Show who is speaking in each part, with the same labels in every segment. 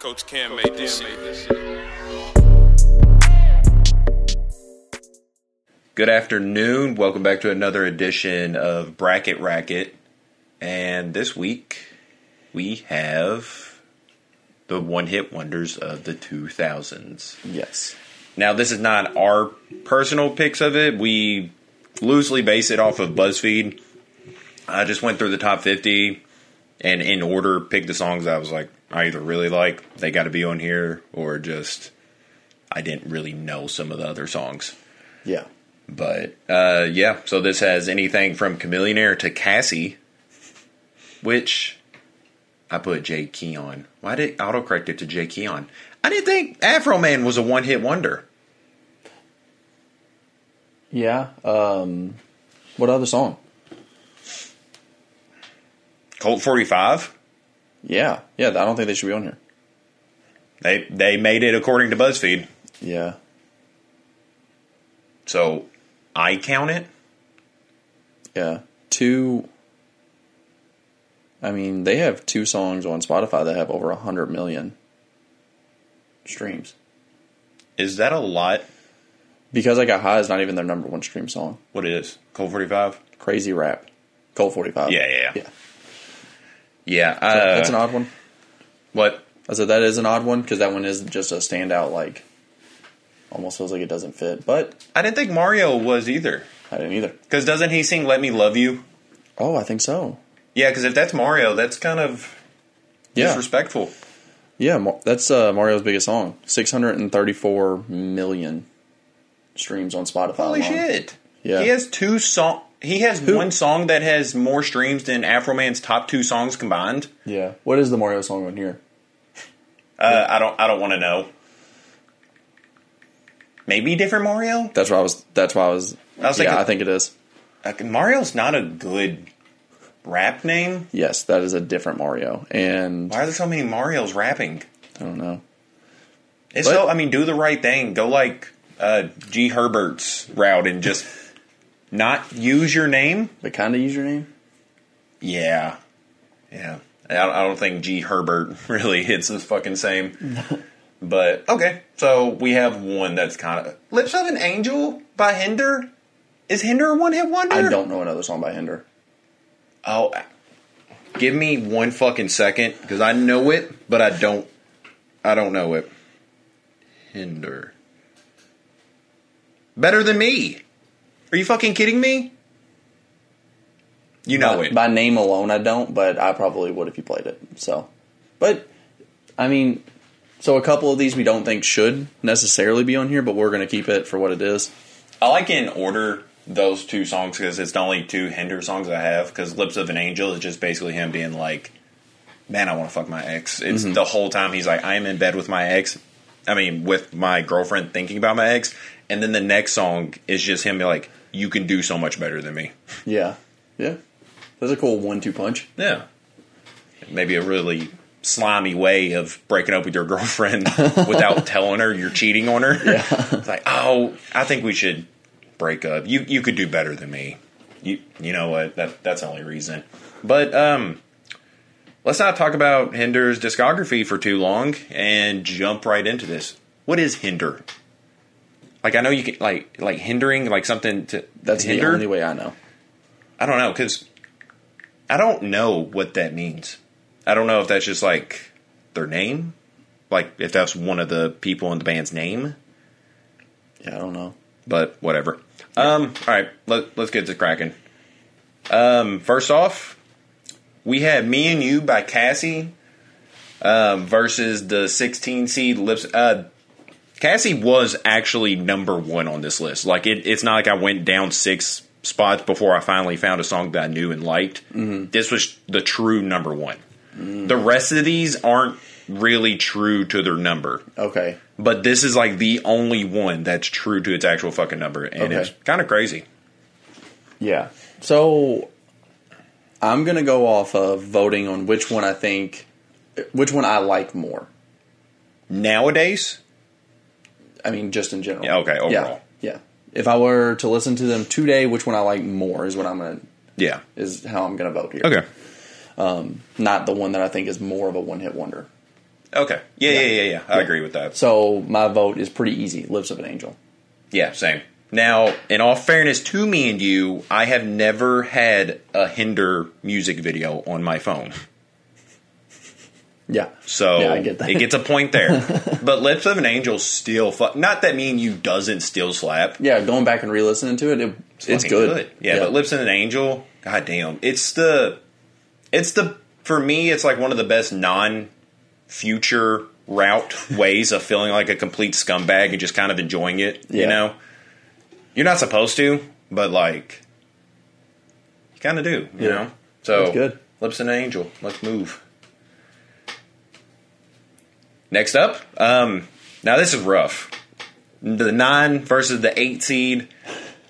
Speaker 1: Coach Cam made this shit.
Speaker 2: Good afternoon. Welcome back to another edition of Bracket Racket. And this week we have the one hit wonders of the 2000s.
Speaker 3: Yes.
Speaker 2: Now, this is not our personal picks of it. We loosely base it off of BuzzFeed. I just went through the top 50 and in order picked the songs I was like, I either really like, they got to be on here, or just I didn't really know some of the other songs.
Speaker 3: Yeah.
Speaker 2: But uh, yeah, so this has anything from Chameleonaire to Cassie, which I put Jay Keon. Why did autocorrect it to Jay Keon? I didn't think Afro Man was a one hit wonder.
Speaker 3: Yeah. Um, what other song?
Speaker 2: Colt 45,
Speaker 3: Yeah. Yeah. I don't think they should be on here.
Speaker 2: they, they made it according to BuzzFeed.
Speaker 3: Yeah.
Speaker 2: So I count it.
Speaker 3: Yeah. Two. I mean, they have two songs on Spotify that have over 100 million streams.
Speaker 2: Is that a lot?
Speaker 3: Because I Got High is not even their number one stream song.
Speaker 2: What is Colt 45?
Speaker 3: Crazy Rap. Cold 45.
Speaker 2: Yeah, yeah, yeah.
Speaker 3: Yeah.
Speaker 2: Yeah. Uh,
Speaker 3: That's an odd one.
Speaker 2: What?
Speaker 3: I said that is an odd one because that one is just a standout, like, almost feels like it doesn't fit, but
Speaker 2: I didn't think Mario was either.
Speaker 3: I didn't either.
Speaker 2: Because doesn't he sing Let Me Love You?
Speaker 3: Oh, I think so.
Speaker 2: Yeah, because if that's Mario, that's kind of
Speaker 3: Yeah.
Speaker 2: disrespectful.
Speaker 3: Yeah, Ma- that's uh, Mario's biggest song. 634 million streams on Spotify.
Speaker 2: Holy
Speaker 3: alone.
Speaker 2: shit!
Speaker 3: Yeah.
Speaker 2: he has two song. He has one song that has more streams than Afro Man's top two songs combined.
Speaker 3: Yeah. What is the Mario song on here?
Speaker 2: Uh, I don't. I don't want to know. Maybe different Mario.
Speaker 3: That's why I was. That's why I was.
Speaker 2: I was
Speaker 3: yeah,
Speaker 2: thinking-
Speaker 3: I think it is.
Speaker 2: Like, Mario's not a good rap name.
Speaker 3: Yes, that is a different Mario. And
Speaker 2: Why are there so many Mario's rapping?
Speaker 3: I don't know.
Speaker 2: It's so. I mean, do the right thing. Go like uh, G Herbert's route and just not use your name.
Speaker 3: But kind of use your name.
Speaker 2: Yeah, yeah. I don't, I don't think G Herbert really hits the fucking same. but okay, so we have one that's kind of "Lips of an Angel" by Hinder. Is Hinder a one-hit wonder?
Speaker 3: I don't know another song by Hinder.
Speaker 2: Oh, give me one fucking second because I know it, but I don't. I don't know it. Hinder. Better than me. Are you fucking kidding me? You know
Speaker 3: by,
Speaker 2: it.
Speaker 3: by name alone, I don't. But I probably would if you played it. So, but I mean, so a couple of these we don't think should necessarily be on here, but we're gonna keep it for what it is.
Speaker 2: I like in order those two songs because it's the only two Hinder songs I have. Because "Lips of an Angel" is just basically him being like, "Man, I want to fuck my ex." It's the whole time he's like, "I am in bed with my ex." I mean, with my girlfriend thinking about my ex, and then the next song is just him being like, "You can do so much better than me."
Speaker 3: Yeah, yeah. That's a cool one-two punch.
Speaker 2: Yeah, maybe a really slimy way of breaking up with your girlfriend without telling her you're cheating on her. it's like, oh, I think we should break up. You you could do better than me. You you know what? That that's the only reason. But um, let's not talk about Hinder's discography for too long and jump right into this. What is Hinder? Like I know you can like like hindering like something to
Speaker 3: That's
Speaker 2: hinder.
Speaker 3: the only way I know.
Speaker 2: I don't know because I don't know what that means. I don't know if that's just like their name, like if that's one of the people in the band's name.
Speaker 3: Yeah, I don't know.
Speaker 2: But whatever. Um, all right, let, let's get to cracking. Um, first off, we had "Me and You" by Cassie um, versus the 16 seed Lips. Uh, Cassie was actually number one on this list. Like it, it's not like I went down six spots before I finally found a song that I knew and liked. This was the true number one. The rest of these aren't really true to their number
Speaker 3: Okay,
Speaker 2: but this is like the only one that's true to its actual fucking number, and
Speaker 3: Okay.
Speaker 2: it's kind of crazy.
Speaker 3: Yeah. So I'm going to go off of voting on which one I think, which one I like more.
Speaker 2: Nowadays,
Speaker 3: I mean, just in general.
Speaker 2: Yeah, okay, overall.
Speaker 3: Yeah. yeah. If I were to listen to them today, which one I like more is what I'm going to
Speaker 2: yeah,
Speaker 3: is how I'm going to vote here.
Speaker 2: okay,
Speaker 3: Not the one that I think is more of a one-hit wonder.
Speaker 2: Okay. Yeah, yeah, yeah, yeah. I agree with that.
Speaker 3: So my vote is pretty easy. Lips of an Angel.
Speaker 2: Yeah, same. Now, in all fairness to me and you, I have never had a Hinder music video on my phone.
Speaker 3: Yeah.
Speaker 2: So
Speaker 3: Yeah, I get that.
Speaker 2: it gets a point there. but Lips of an Angel still fu- not that mean you doesn't still slap.
Speaker 3: Yeah, going back and re-listening to it, it it's,
Speaker 2: fucking
Speaker 3: good.
Speaker 2: Yeah, but Lips of an Angel, goddamn. It's the it's the for me it's like one of the best non future route ways of feeling like a complete scumbag and just kind of enjoying it, you
Speaker 3: Yeah.
Speaker 2: know. You're not supposed to, but like you kind of do, you
Speaker 3: Yeah.
Speaker 2: know. So
Speaker 3: That's good.
Speaker 2: Lips of an Angel, let's move. Next up, um, now this is rough. The nine versus the eight seed.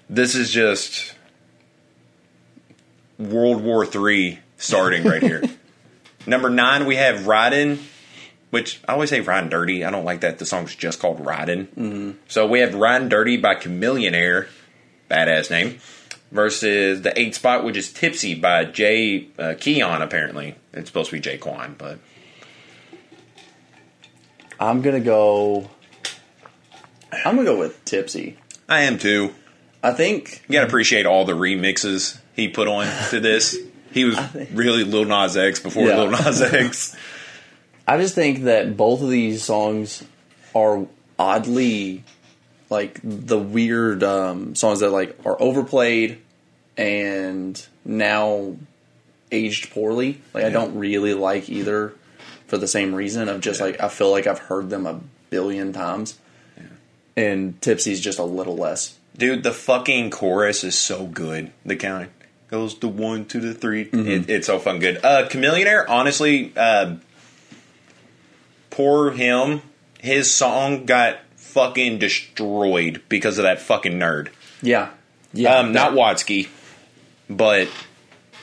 Speaker 2: This is just World War Three starting right here. Number nine, we have Riding, which I always say Riding Dirty. I don't like that. The song's just called Riding. Mm-hmm. So we have Riding Dirty by Chameleonaire, badass name, versus the eight spot, which is Tipsy by Jay uh, Keon, apparently. It's supposed to be Jay Kwan, but
Speaker 3: I'm gonna go. I'm gonna go with Tipsy.
Speaker 2: I am too.
Speaker 3: I think
Speaker 2: You gotta appreciate all the remixes he put on to this. He was really Lil Nas X before
Speaker 3: Yeah.
Speaker 2: Lil Nas X.
Speaker 3: I just think that both of these songs are oddly like the weird um, songs that like are overplayed and now aged poorly. Like I don't really like either for the same reason of just like I feel like I've heard them a billion times. And Tipsy's just a little less.
Speaker 2: Dude, the fucking chorus is so good. The count goes to one, two, to 3 It, it's so fucking good. Uh, Chameleonaire, honestly, uh, poor him. His song got fucking destroyed because of that fucking nerd.
Speaker 3: Yeah. Yeah.
Speaker 2: Um, not Watsky, but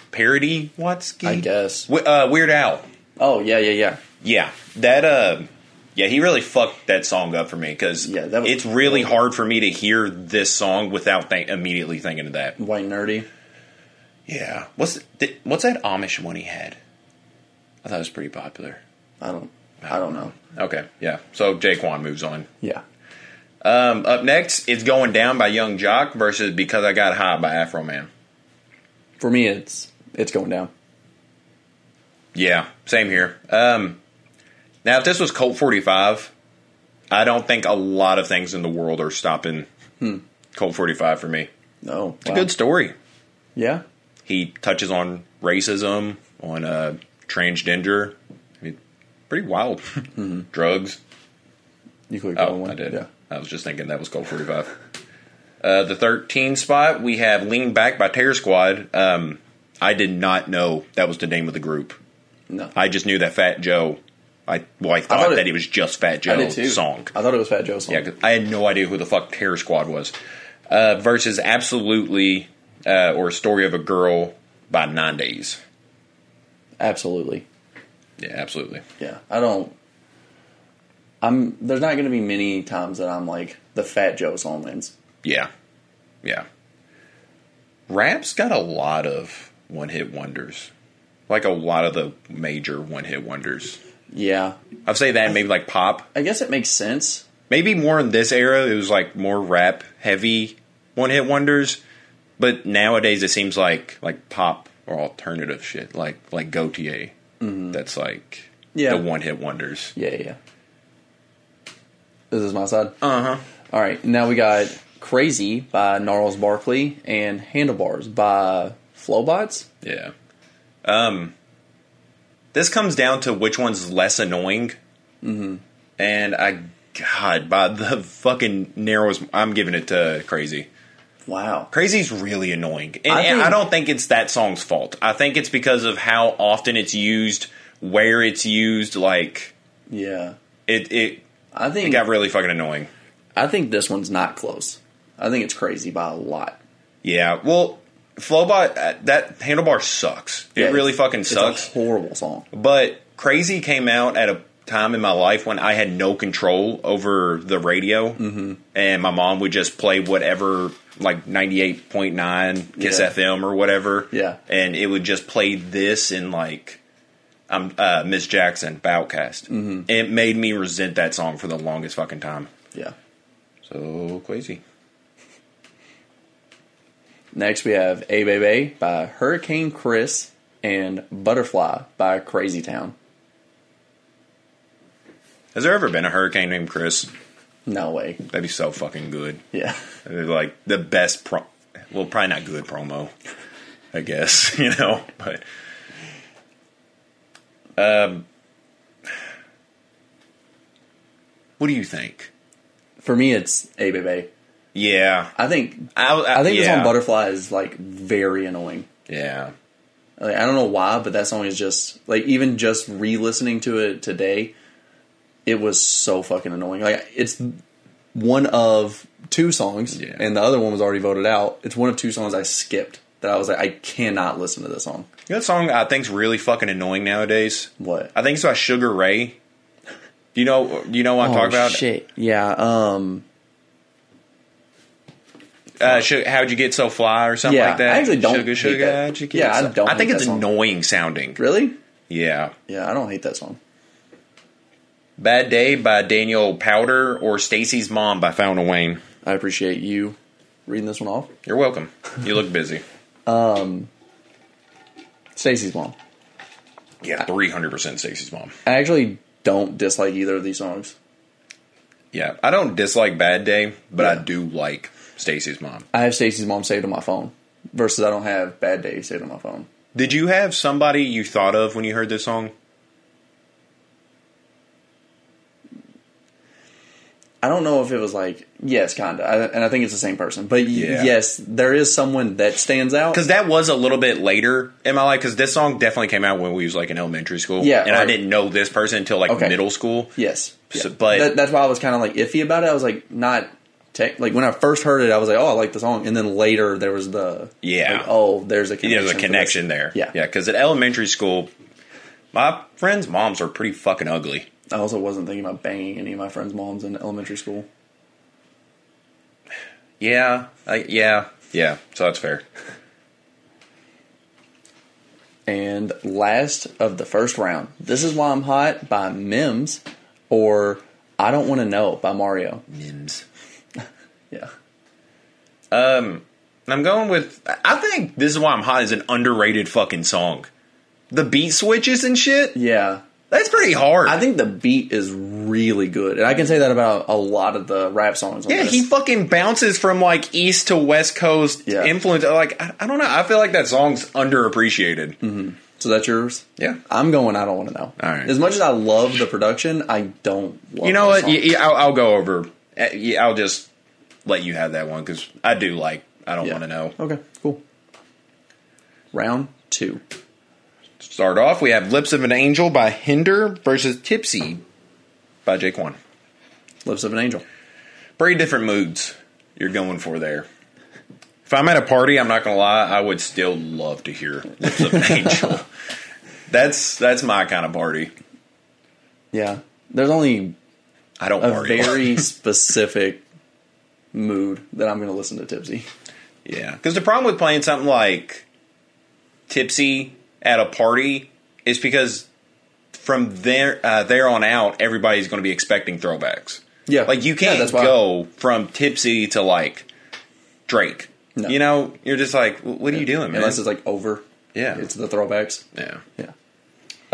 Speaker 2: parody Watsky.
Speaker 3: I guess.
Speaker 2: We- uh, Weird Al.
Speaker 3: Oh yeah, yeah, yeah.
Speaker 2: Yeah, that uh, yeah, he really fucked that song up for me because
Speaker 3: Yeah, that was-
Speaker 2: it's really hard for me to hear this song without think immediately thinking of that.
Speaker 3: White nerdy.
Speaker 2: Yeah, what's th- what's that Amish one he had? I thought it was pretty popular.
Speaker 3: I don't I don't know.
Speaker 2: Okay, yeah. So Jaquan moves on.
Speaker 3: Yeah.
Speaker 2: Um, up next, it's going down by Young Jock versus Because I Got High by Afro Man.
Speaker 3: For me it's it's going down.
Speaker 2: Yeah, same here. Um, now, if this was Colt 45, I don't think a lot of things in the world are stopping
Speaker 3: Hmm.
Speaker 2: Colt 45 for me.
Speaker 3: No.
Speaker 2: It's a good story.
Speaker 3: Yeah.
Speaker 2: He touches on racism, on uh, transgender. I mean, pretty wild. Drugs.
Speaker 3: You clicked
Speaker 2: Oh,
Speaker 3: on Mm-hmm. one.
Speaker 2: I did.
Speaker 3: Yeah.
Speaker 2: I was just thinking that was Cold 45. uh, the 13 spot, we have Lean Back by Terror Squad. Um, I did not know that was the name of the group.
Speaker 3: No.
Speaker 2: I just knew that Fat Joe. I well, I thought,
Speaker 3: thought it-
Speaker 2: that it was just Fat
Speaker 3: I
Speaker 2: Joe song.
Speaker 3: I thought it was Fat Joe's song.
Speaker 2: Yeah, 'cause I had no idea who the fuck Terror Squad was. Uh, versus Absolutely uh, or Story of a Girl by Nine Days.
Speaker 3: Absolutely.
Speaker 2: Yeah, absolutely.
Speaker 3: Yeah. I don't I'm there's not gonna be many times that I'm like the Fat Joe song wins.
Speaker 2: Yeah. Yeah. Rap's got a lot of one hit wonders. Like a lot of the major one hit wonders.
Speaker 3: Yeah.
Speaker 2: I'd say that maybe like pop.
Speaker 3: I guess it makes sense.
Speaker 2: Maybe more in this era, it was like more rap heavy one hit wonders. But nowadays it seems like like pop or alternative shit, like like Gautier. That's like
Speaker 3: Yeah.
Speaker 2: the one hit wonders.
Speaker 3: Yeah, yeah, yeah. This is my side.
Speaker 2: Uh huh.
Speaker 3: All right, now we got Crazy by Gnarls Barkley and Handlebars by Flowbots.
Speaker 2: Yeah. Um this comes down to which one's less annoying. Mm-hmm. And I god, by the fucking narrowest I'm giving it to Crazy.
Speaker 3: Wow.
Speaker 2: Crazy's really annoying. And and I,
Speaker 3: I think-
Speaker 2: don't think it's that song's fault. I think it's because of how often it's used, where it's used, like
Speaker 3: Yeah.
Speaker 2: it it,
Speaker 3: I
Speaker 2: it
Speaker 3: think
Speaker 2: got really fucking annoying.
Speaker 3: I think this one's not close. I think it's Crazy by a lot.
Speaker 2: Yeah. Well, Flowbot uh, that handlebar sucks. It
Speaker 3: Yeah,
Speaker 2: really
Speaker 3: it's-
Speaker 2: fucking
Speaker 3: it's a
Speaker 2: sucks.
Speaker 3: horrible song.
Speaker 2: But Crazy came out at a time in my life when I had no control over the radio, and my mom would just play whatever, like ninety eight point nine Kiss
Speaker 3: Yeah.
Speaker 2: FM or whatever.
Speaker 3: Yeah.
Speaker 2: and it would just play this and like um, uh, Miss Jackson by Outkast. It made me resent that song for the longest fucking time.
Speaker 3: Yeah.
Speaker 2: So crazy.
Speaker 3: Next, we have A Bay Bay by Hurricane Chris and Butterfly by Crazy Town.
Speaker 2: Has there ever been a hurricane named Chris?
Speaker 3: No way.
Speaker 2: That'd be so fucking good.
Speaker 3: Yeah.
Speaker 2: That'd be like the best pro. Well, probably not good promo, I guess. You know, but um, what do you think?
Speaker 3: For me, it's A Bay Bay.
Speaker 2: Yeah,
Speaker 3: I think
Speaker 2: I, I,
Speaker 3: I think
Speaker 2: yeah.
Speaker 3: this one Butterfly is like very annoying.
Speaker 2: Yeah,
Speaker 3: Like, I don't know why, but that song is just like even just re-listening to it today, it was so fucking annoying. Like it's one of two songs,
Speaker 2: Yeah.
Speaker 3: and the other one was already voted out. It's one of two songs I skipped that I was like, I cannot listen to this song.
Speaker 2: you know that song I think's really fucking annoying nowadays.
Speaker 3: What?
Speaker 2: I think it's by Sugar Ray. Do you know? Do you know what I'm talking about?
Speaker 3: Oh, shit. Yeah. Um.
Speaker 2: Uh, Su- how'd you get so fly or something
Speaker 3: Yeah,
Speaker 2: like that?
Speaker 3: I actually don't
Speaker 2: Sugar,
Speaker 3: hate
Speaker 2: sugar,
Speaker 3: that.
Speaker 2: how'd you get
Speaker 3: Yeah, I
Speaker 2: so-
Speaker 3: don't
Speaker 2: I think
Speaker 3: hate
Speaker 2: it's
Speaker 3: that song.
Speaker 2: annoying sounding.
Speaker 3: Really?
Speaker 2: Yeah.
Speaker 3: Yeah, I don't hate that song.
Speaker 2: Bad Day by Daniel Powder or Stacy's Mom by Fountain Wayne.
Speaker 3: I appreciate you reading this one off.
Speaker 2: You're welcome. You look busy.
Speaker 3: Stacy's mom.
Speaker 2: Yeah, 300% Stacy's Mom.
Speaker 3: I actually don't dislike either of these songs.
Speaker 2: Yeah, I don't dislike Bad Day, but I
Speaker 3: Yeah.
Speaker 2: do like Stacy's Mom.
Speaker 3: I have Stacy's mom saved on my phone versus I don't have Bad Day saved on my phone.
Speaker 2: Did you have somebody you thought of when you heard this song?
Speaker 3: I don't know if it was like yes, kinda, I, and I think it's the same person. But y-
Speaker 2: Yeah.
Speaker 3: yes, there is someone that stands out.
Speaker 2: Because that was a little bit later in my life. Because this song definitely came out when we was like in elementary school.
Speaker 3: Yeah,
Speaker 2: and I
Speaker 3: right.
Speaker 2: didn't know this person until like
Speaker 3: Okay.
Speaker 2: middle school.
Speaker 3: yes, yeah.
Speaker 2: So- but-
Speaker 3: that, that's why I was kind of like iffy about it. I was like not tech. Like when I first heard it, I was like, oh, I like the song, and then later there was the
Speaker 2: Yeah.
Speaker 3: like, oh, there's a connection
Speaker 2: there's a
Speaker 3: for this.
Speaker 2: connection there.
Speaker 3: Yeah,
Speaker 2: yeah. Because at elementary school, my friends' moms are pretty fucking ugly.
Speaker 3: I also wasn't thinking about banging any of my friends' moms in elementary school.
Speaker 2: Yeah, I, yeah, yeah. So that's fair.
Speaker 3: And last of the first round, this is why I'm hot by Mims, or I don't want to know by Mario.
Speaker 2: Mims.
Speaker 3: Yeah.
Speaker 2: I'm going with. I think this is why I'm hot is an underrated fucking song. The beat switches and shit.
Speaker 3: Yeah.
Speaker 2: That's pretty hard.
Speaker 3: I think the beat is really good, and I can say that about a lot of the rap songs. On
Speaker 2: yeah,
Speaker 3: this.
Speaker 2: he fucking bounces from like east to west coast
Speaker 3: Yeah.
Speaker 2: influence. Like I, I don't know. I feel like that song's underappreciated.
Speaker 3: Mm-hmm. so that's yours.
Speaker 2: Yeah.
Speaker 3: I'm going. I don't want to know.
Speaker 2: All right.
Speaker 3: As much as I love the production, I don't. love
Speaker 2: You know
Speaker 3: the
Speaker 2: what?
Speaker 3: song.
Speaker 2: Yeah, yeah, I'll, I'll go over. Uh, yeah, I'll just let you have that one because I do like. I don't
Speaker 3: Yeah.
Speaker 2: want to know.
Speaker 3: Okay. Cool. Round two.
Speaker 2: Start off. We have "Lips of an Angel" by Hinder versus "Tipsy" by Jake One.
Speaker 3: Lips of an Angel.
Speaker 2: Very different moods you're going for there. If I'm at a party, I'm not gonna lie, I would still love to hear "Lips of an Angel." That's that's my kind of party.
Speaker 3: Yeah. There's only
Speaker 2: I don't
Speaker 3: a
Speaker 2: party.
Speaker 3: very specific mood that I'm going to listen to Tipsy.
Speaker 2: Yeah, because the problem with playing something like tipsy at a party is because from there uh, there on out, everybody's going to be expecting throwbacks.
Speaker 3: Yeah.
Speaker 2: Like you
Speaker 3: Yeah,
Speaker 2: can't
Speaker 3: that's why-
Speaker 2: go from tipsy to like Drake.
Speaker 3: No.
Speaker 2: You know, you're just like, "Wh- what are you doing, man?
Speaker 3: Unless it's like over.
Speaker 2: yeah,
Speaker 3: It's the throwbacks.
Speaker 2: yeah.
Speaker 3: Yeah.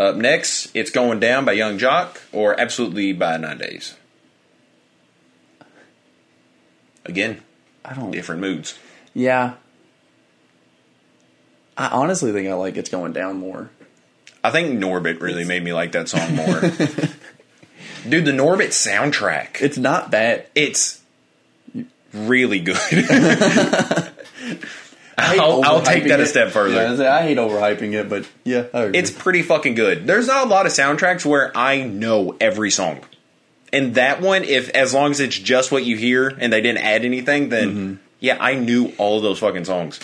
Speaker 2: Up next, it's going down by Young Jock or absolutely by Nine Days. Again,
Speaker 3: I don't.
Speaker 2: different moods.
Speaker 3: Yeah. I honestly think I like it's going down more.
Speaker 2: I think Norbit really made me like that song more. Dude, the Norbit soundtrack.
Speaker 3: It's not bad.
Speaker 2: It's really good. I'll, I'll take that a step further.
Speaker 3: I hate overhyping it, but yeah, I agree.
Speaker 2: it's pretty fucking good. There's not a lot of soundtracks where I know every song. And that one, if as long as it's just what you hear and they didn't add anything, then yeah, I knew all those fucking songs.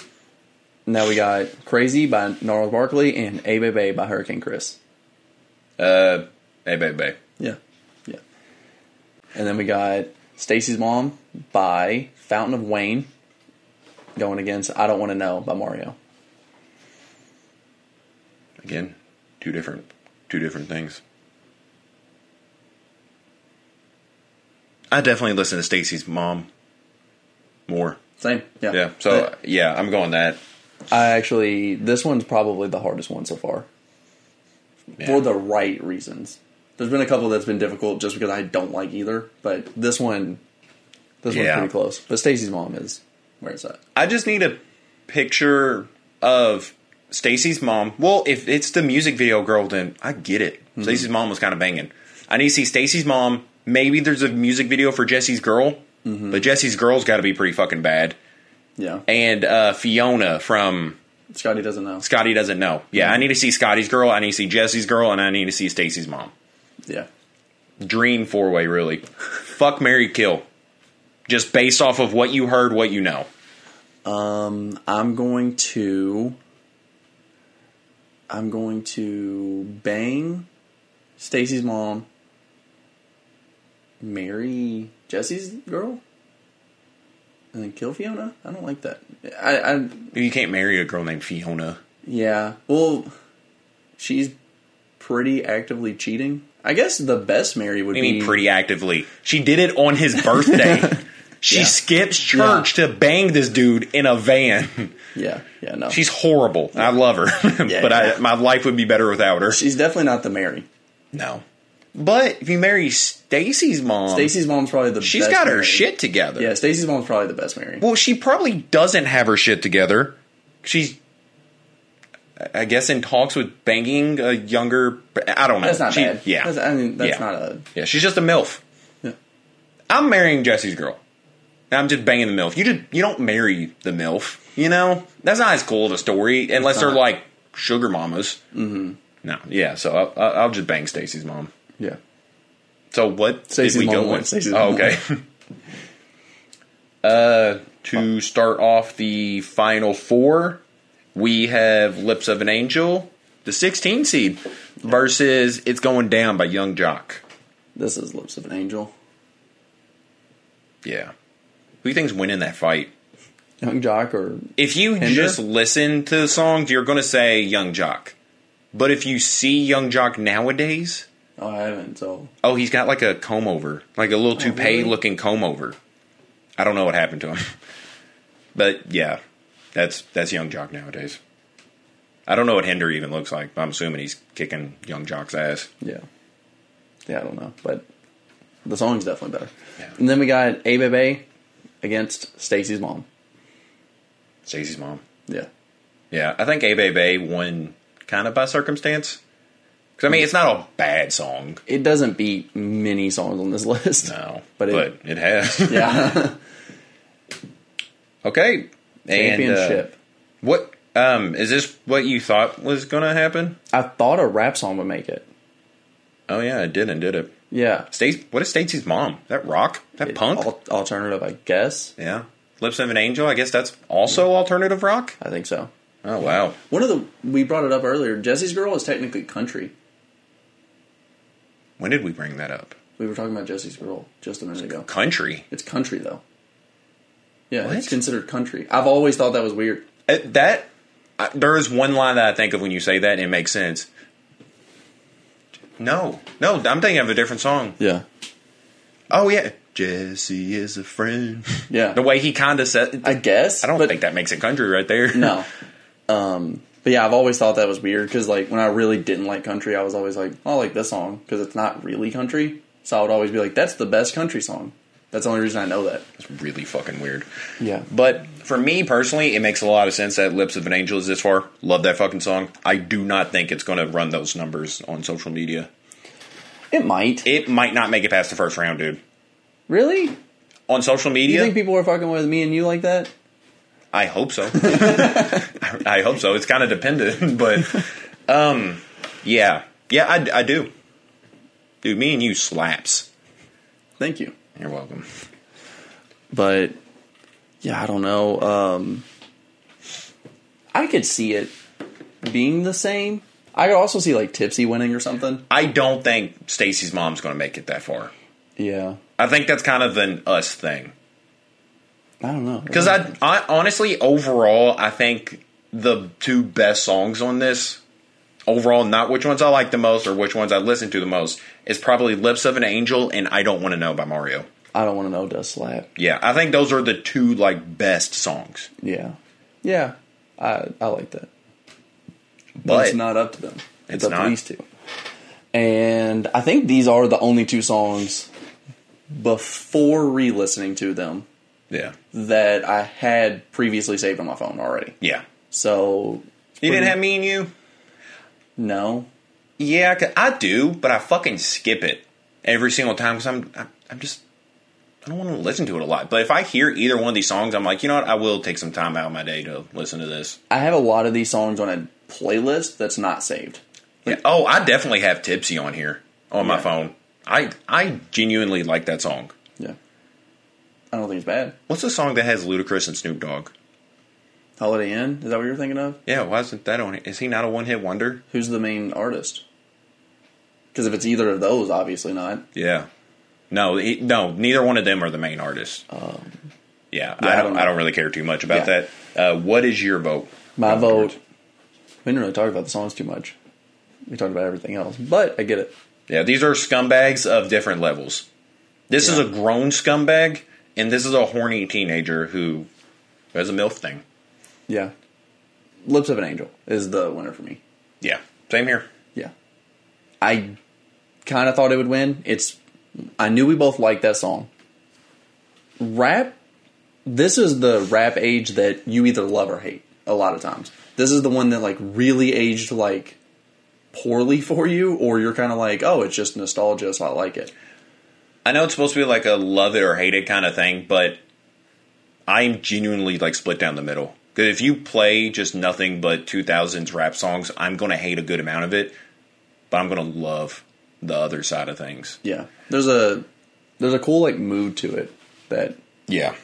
Speaker 3: now we got Crazy by Gnarls Barkley and A Bay Bay by Hurricane Chris.
Speaker 2: Hey, babe, babe.
Speaker 3: Yeah, yeah. And then we got Stacy's Mom by Fountain of Wayne going against I Don't Want to Know by Mario.
Speaker 2: Again, two different two different things. I definitely listen to Stacy's mom more.
Speaker 3: Same. Yeah.
Speaker 2: Yeah. So
Speaker 3: But
Speaker 2: yeah, I'm going that.
Speaker 3: I actually this one's probably the hardest one so far
Speaker 2: Yeah.
Speaker 3: for the right reasons. There's been a couple that's been difficult just because I don't like either, but this one, this one's
Speaker 2: Yeah.
Speaker 3: pretty close. But Stacy's mom is where it's at.
Speaker 2: I just need a picture of Stacy's mom. Well, if it's the music video girl, then I get it. Stacy's mom was kind of banging. I need to see Stacy's mom. Maybe there's a music video for Jesse's girl, but Jesse's girl's got to be pretty fucking bad.
Speaker 3: Yeah.
Speaker 2: And uh, Fiona from
Speaker 3: Scotty doesn't know.
Speaker 2: Scotty doesn't know. Yeah, I need to see Scotty's girl. I need to see Jesse's girl, and I need to see Stacy's mom.
Speaker 3: Yeah.
Speaker 2: Dream four way, really. Fuck Mary Kill. Just based off of what you heard, what you know.
Speaker 3: I'm going to. I'm going to bang Stacy's mom. Marry Jesse's girl. And then kill Fiona. I don't like that. I, I
Speaker 2: You can't marry a girl named Fiona.
Speaker 3: yeah. Well, she's pretty actively cheating. I guess the best Mary would
Speaker 2: I
Speaker 3: be
Speaker 2: mean, pretty actively. She did it on his birthday. She
Speaker 3: Yeah.
Speaker 2: skips church to bang this dude in a van.
Speaker 3: Yeah. Yeah. No.
Speaker 2: She's horrible. I love her,
Speaker 3: Yeah,
Speaker 2: but
Speaker 3: yeah.
Speaker 2: I, my life would be better without her.
Speaker 3: she's definitely not the Mary.
Speaker 2: No. But if you marry Stacy's mom,
Speaker 3: Stacy's mom's probably the.
Speaker 2: Um, she's
Speaker 3: best
Speaker 2: got her
Speaker 3: Mary.
Speaker 2: shit together.
Speaker 3: Yeah. Stacy's mom's probably the best Mary.
Speaker 2: Well, she probably doesn't have her shit together. She's, I- I guess, in talks with banging a younger. I don't know.
Speaker 3: That's not
Speaker 2: She-
Speaker 3: bad.
Speaker 2: Yeah,
Speaker 3: That's, I mean, that's
Speaker 2: Yeah.
Speaker 3: not a.
Speaker 2: yeah. She's just a milf.
Speaker 3: Yeah.
Speaker 2: I'm marrying Jesse's girl. And I'm just banging the milf. You just you don't marry the milf. You know that's not as cool of a story unless they're
Speaker 3: not.
Speaker 2: like sugar mamas. Mm-hmm. No, yeah. So I'll, I'll I'll just bang Stacy's mom.
Speaker 3: Yeah.
Speaker 2: So what
Speaker 3: Stacey's
Speaker 2: did we
Speaker 3: mom
Speaker 2: go
Speaker 3: won.
Speaker 2: with?
Speaker 3: Stacey's
Speaker 2: Oh,
Speaker 3: mom
Speaker 2: okay. uh, to start off the final four, we have "Lips of an Angel," the 16 seed, versus "It's Going Down" by Young Jock.
Speaker 3: This is Lips of an Angel.
Speaker 2: Yeah, who you think's winning that fight?
Speaker 3: Young Jock or
Speaker 2: If you just listen to the songs, you're going to say Young Jock. But if you see Young Jock nowadays,
Speaker 3: oh, I haven't. So
Speaker 2: oh, he's got like a comb over, like a little toupee
Speaker 3: Oh, really?
Speaker 2: looking comb over. I don't know what happened to him. but yeah, that's that's Young Jock nowadays. I don't know what Hinder even looks like. but I'm assuming he's kicking Young Jock's ass.
Speaker 3: yeah, yeah, I don't know, but the song's definitely better.
Speaker 2: Yeah.
Speaker 3: And then we got A Bebe against Stacy's mom.
Speaker 2: Stacey's mom.
Speaker 3: Yeah,
Speaker 2: Yeah, I think Abe Bay won kind of by circumstance. Because I mean, it's not a bad song.
Speaker 3: it doesn't beat many songs on this list.
Speaker 2: No,
Speaker 3: but
Speaker 2: but
Speaker 3: it-
Speaker 2: it, has.
Speaker 3: Yeah,
Speaker 2: Okay. And, uh,
Speaker 3: championship.
Speaker 2: what um is this what you thought was gonna happen?
Speaker 3: I thought a rap song would make it.
Speaker 2: Oh yeah, it didn't, did it?
Speaker 3: Yeah,
Speaker 2: Stacy what is Stacy's mom? Is that rock? Is that punk?
Speaker 3: Al- alternative, I guess.
Speaker 2: yeah. Lips of an Angel, I guess that's also alternative rock?
Speaker 3: I think so.
Speaker 2: Oh wow.
Speaker 3: One of the we brought it up earlier. Jesse's Girl is technically country.
Speaker 2: When did we bring that up?
Speaker 3: We were talking about Jesse's Girl just a minute ago.
Speaker 2: Country.
Speaker 3: It's country though. Yeah,
Speaker 2: What?
Speaker 3: it's considered country. I've always thought that was weird.
Speaker 2: Uh, That I, there is one line that I think of when you say that and it makes sense. No. No, I'm thinking of a different song.
Speaker 3: Yeah.
Speaker 2: Oh yeah. Jesse is a friend.
Speaker 3: Yeah.
Speaker 2: The way he kinda said
Speaker 3: I guess.
Speaker 2: I don't
Speaker 3: but
Speaker 2: think that makes it country right there.
Speaker 3: No. Um but yeah, I've always thought that was weird cuz like when I really didn't like country, I was always like, "Oh, "I like this song cuz it's not really country." So I would always be like, "That's the best country song." That's the only reason I know that.
Speaker 2: It's really fucking weird.
Speaker 3: Yeah. But
Speaker 2: But for me personally, it makes a lot of sense that Lips of an Angel is this far. Love that fucking song. I do not think it's going to run those numbers on social media.
Speaker 3: it might.
Speaker 2: It might not make it past the first round, dude.
Speaker 3: really? You
Speaker 2: On social media,
Speaker 3: think people are fucking with me and you like that?
Speaker 2: I hope so. I, I hope so. It's kind of dependent, but um, yeah, yeah, I, I do. Dude, me and you slaps.
Speaker 3: Thank you.
Speaker 2: You're welcome.
Speaker 3: but yeah, I don't know. Um, I could see it being the same. I could also see like Tipsy winning or something.
Speaker 2: I don't think Stacy's mom's going to make it that far.
Speaker 3: Yeah,
Speaker 2: I think that's kind of an us thing.
Speaker 3: I don't know
Speaker 2: Because I, I honestly, overall, I think the two best songs on this overall not which ones I like the most or which ones I listen to the most. It's probably Lips of an Angel and I Don't Want to Know by Mario.
Speaker 3: I don't want to know Dust Slap.
Speaker 2: Yeah, I think those are the two like best songs.
Speaker 3: Yeah, yeah, I I like that. But,
Speaker 2: But-
Speaker 3: it's not up to them. It's,
Speaker 2: It's
Speaker 3: up
Speaker 2: not.
Speaker 3: to these two. And I think these are the only two songs before re-listening to them
Speaker 2: Yeah.
Speaker 3: that I had previously saved on my phone already.
Speaker 2: Yeah.
Speaker 3: So
Speaker 2: You didn't have me and you?
Speaker 3: no.
Speaker 2: Yeah, I, could- I do, but I fucking skip it every single time because I'm, I'm I'm just I don't want to listen to it a lot. But if I hear either one of these songs, I'm like, you know what? I will take some time out of my day to listen to this.
Speaker 3: I have a lot of these songs on a playlist that's not saved.
Speaker 2: Yeah. Oh, I definitely have Tipsy on here on my
Speaker 3: Yeah.
Speaker 2: phone. I I genuinely like that song.
Speaker 3: Yeah, I don't think it's bad.
Speaker 2: What's the song that has Ludacris and Snoop Dogg?
Speaker 3: Holiday Inn is that what you're thinking of?
Speaker 2: Yeah, why isn't that on? here? Is he not a one hit wonder?
Speaker 3: Who's the main artist? Because if it's either of those, obviously not.
Speaker 2: Yeah. No, he, no, neither one of them are the main artists. Um, yeah, I,
Speaker 3: I
Speaker 2: don't,
Speaker 3: don't know.
Speaker 2: I don't really care too much about
Speaker 3: Yeah.
Speaker 2: that. Uh, what is your vote?
Speaker 3: My vote. We didn't really talk about the songs too much. We talked about everything else, but I get it.
Speaker 2: Yeah, these are scumbags of different levels. This is
Speaker 3: Yeah.
Speaker 2: a grown scumbag, and this is a horny teenager who who has a MILF thing.
Speaker 3: Yeah, "Lips of an Angel" is the winner for me.
Speaker 2: Yeah, same here.
Speaker 3: Yeah, I kind of thought it would win. It's I knew we both liked that song. Rap. This is the rap age that you either love or hate. A lot of times, this is the one that like really aged like poorly for you, or you're kind of like, oh, it's just nostalgia, so I like it.
Speaker 2: I know it's supposed to be like a love it or hate it kind of thing, but I'm genuinely like split down the middle. Because if you play just nothing but 2000s rap songs, I'm going to hate a good amount of it, but I'm going to love the other side of things.
Speaker 3: Yeah, there's a there's a cool like mood to it that
Speaker 2: Yeah.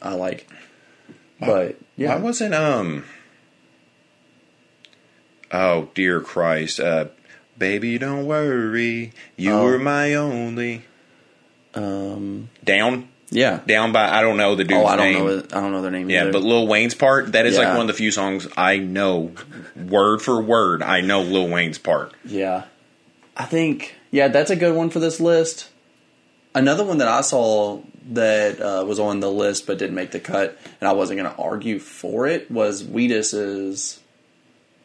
Speaker 3: I like. But yeah,
Speaker 2: Why wasn't um? Oh dear Christ! Uh, baby, don't worry, you
Speaker 3: Oh.
Speaker 2: were my only.
Speaker 3: um,
Speaker 2: Down,
Speaker 3: yeah.
Speaker 2: down by I don't know the dude's
Speaker 3: Oh, I don't
Speaker 2: name.
Speaker 3: know. it- I don't know their name.
Speaker 2: Yeah,
Speaker 3: either.
Speaker 2: but Lil Wayne's part that is like
Speaker 3: Yeah.
Speaker 2: one of the few songs I know word for word. I know Lil Wayne's part.
Speaker 3: yeah, I think yeah, that's a good one for this list. Another one that I saw that uh, was on the list but didn't make the cut, and I wasn't going to argue for it was Weedus's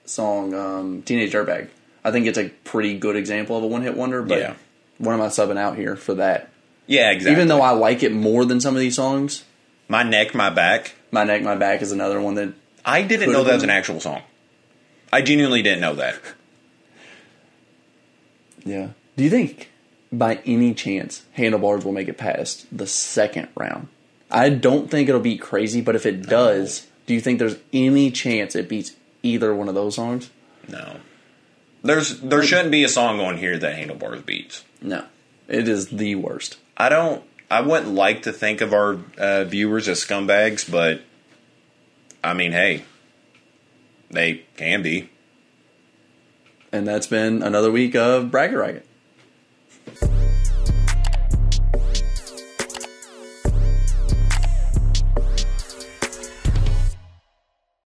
Speaker 3: song um, "Teenage Dirtbag." I think it's a pretty good example of a one-hit wonder. But
Speaker 2: Yeah.
Speaker 3: what am I subbing out here for that?
Speaker 2: Yeah, exactly.
Speaker 3: Even though I like it more than some of these songs,
Speaker 2: my neck, my back.
Speaker 3: My Neck, My Back is another one that
Speaker 2: I didn't
Speaker 3: Could've
Speaker 2: know that was
Speaker 3: been.
Speaker 2: an actual song. I genuinely didn't know that.
Speaker 3: Yeah. Do you think by any chance handlebars will make it past the second round? I don't think it'll beat crazy, but if it does, do you think there's any chance it beats either one of those songs?
Speaker 2: No, there's there shouldn't be a song on here that Handlebars beats.
Speaker 3: No. It is the worst.
Speaker 2: I don't. I wouldn't like to think of our uh, viewers as scumbags, but I mean, hey, they can be.
Speaker 3: And that's been another week of Braggart Racket.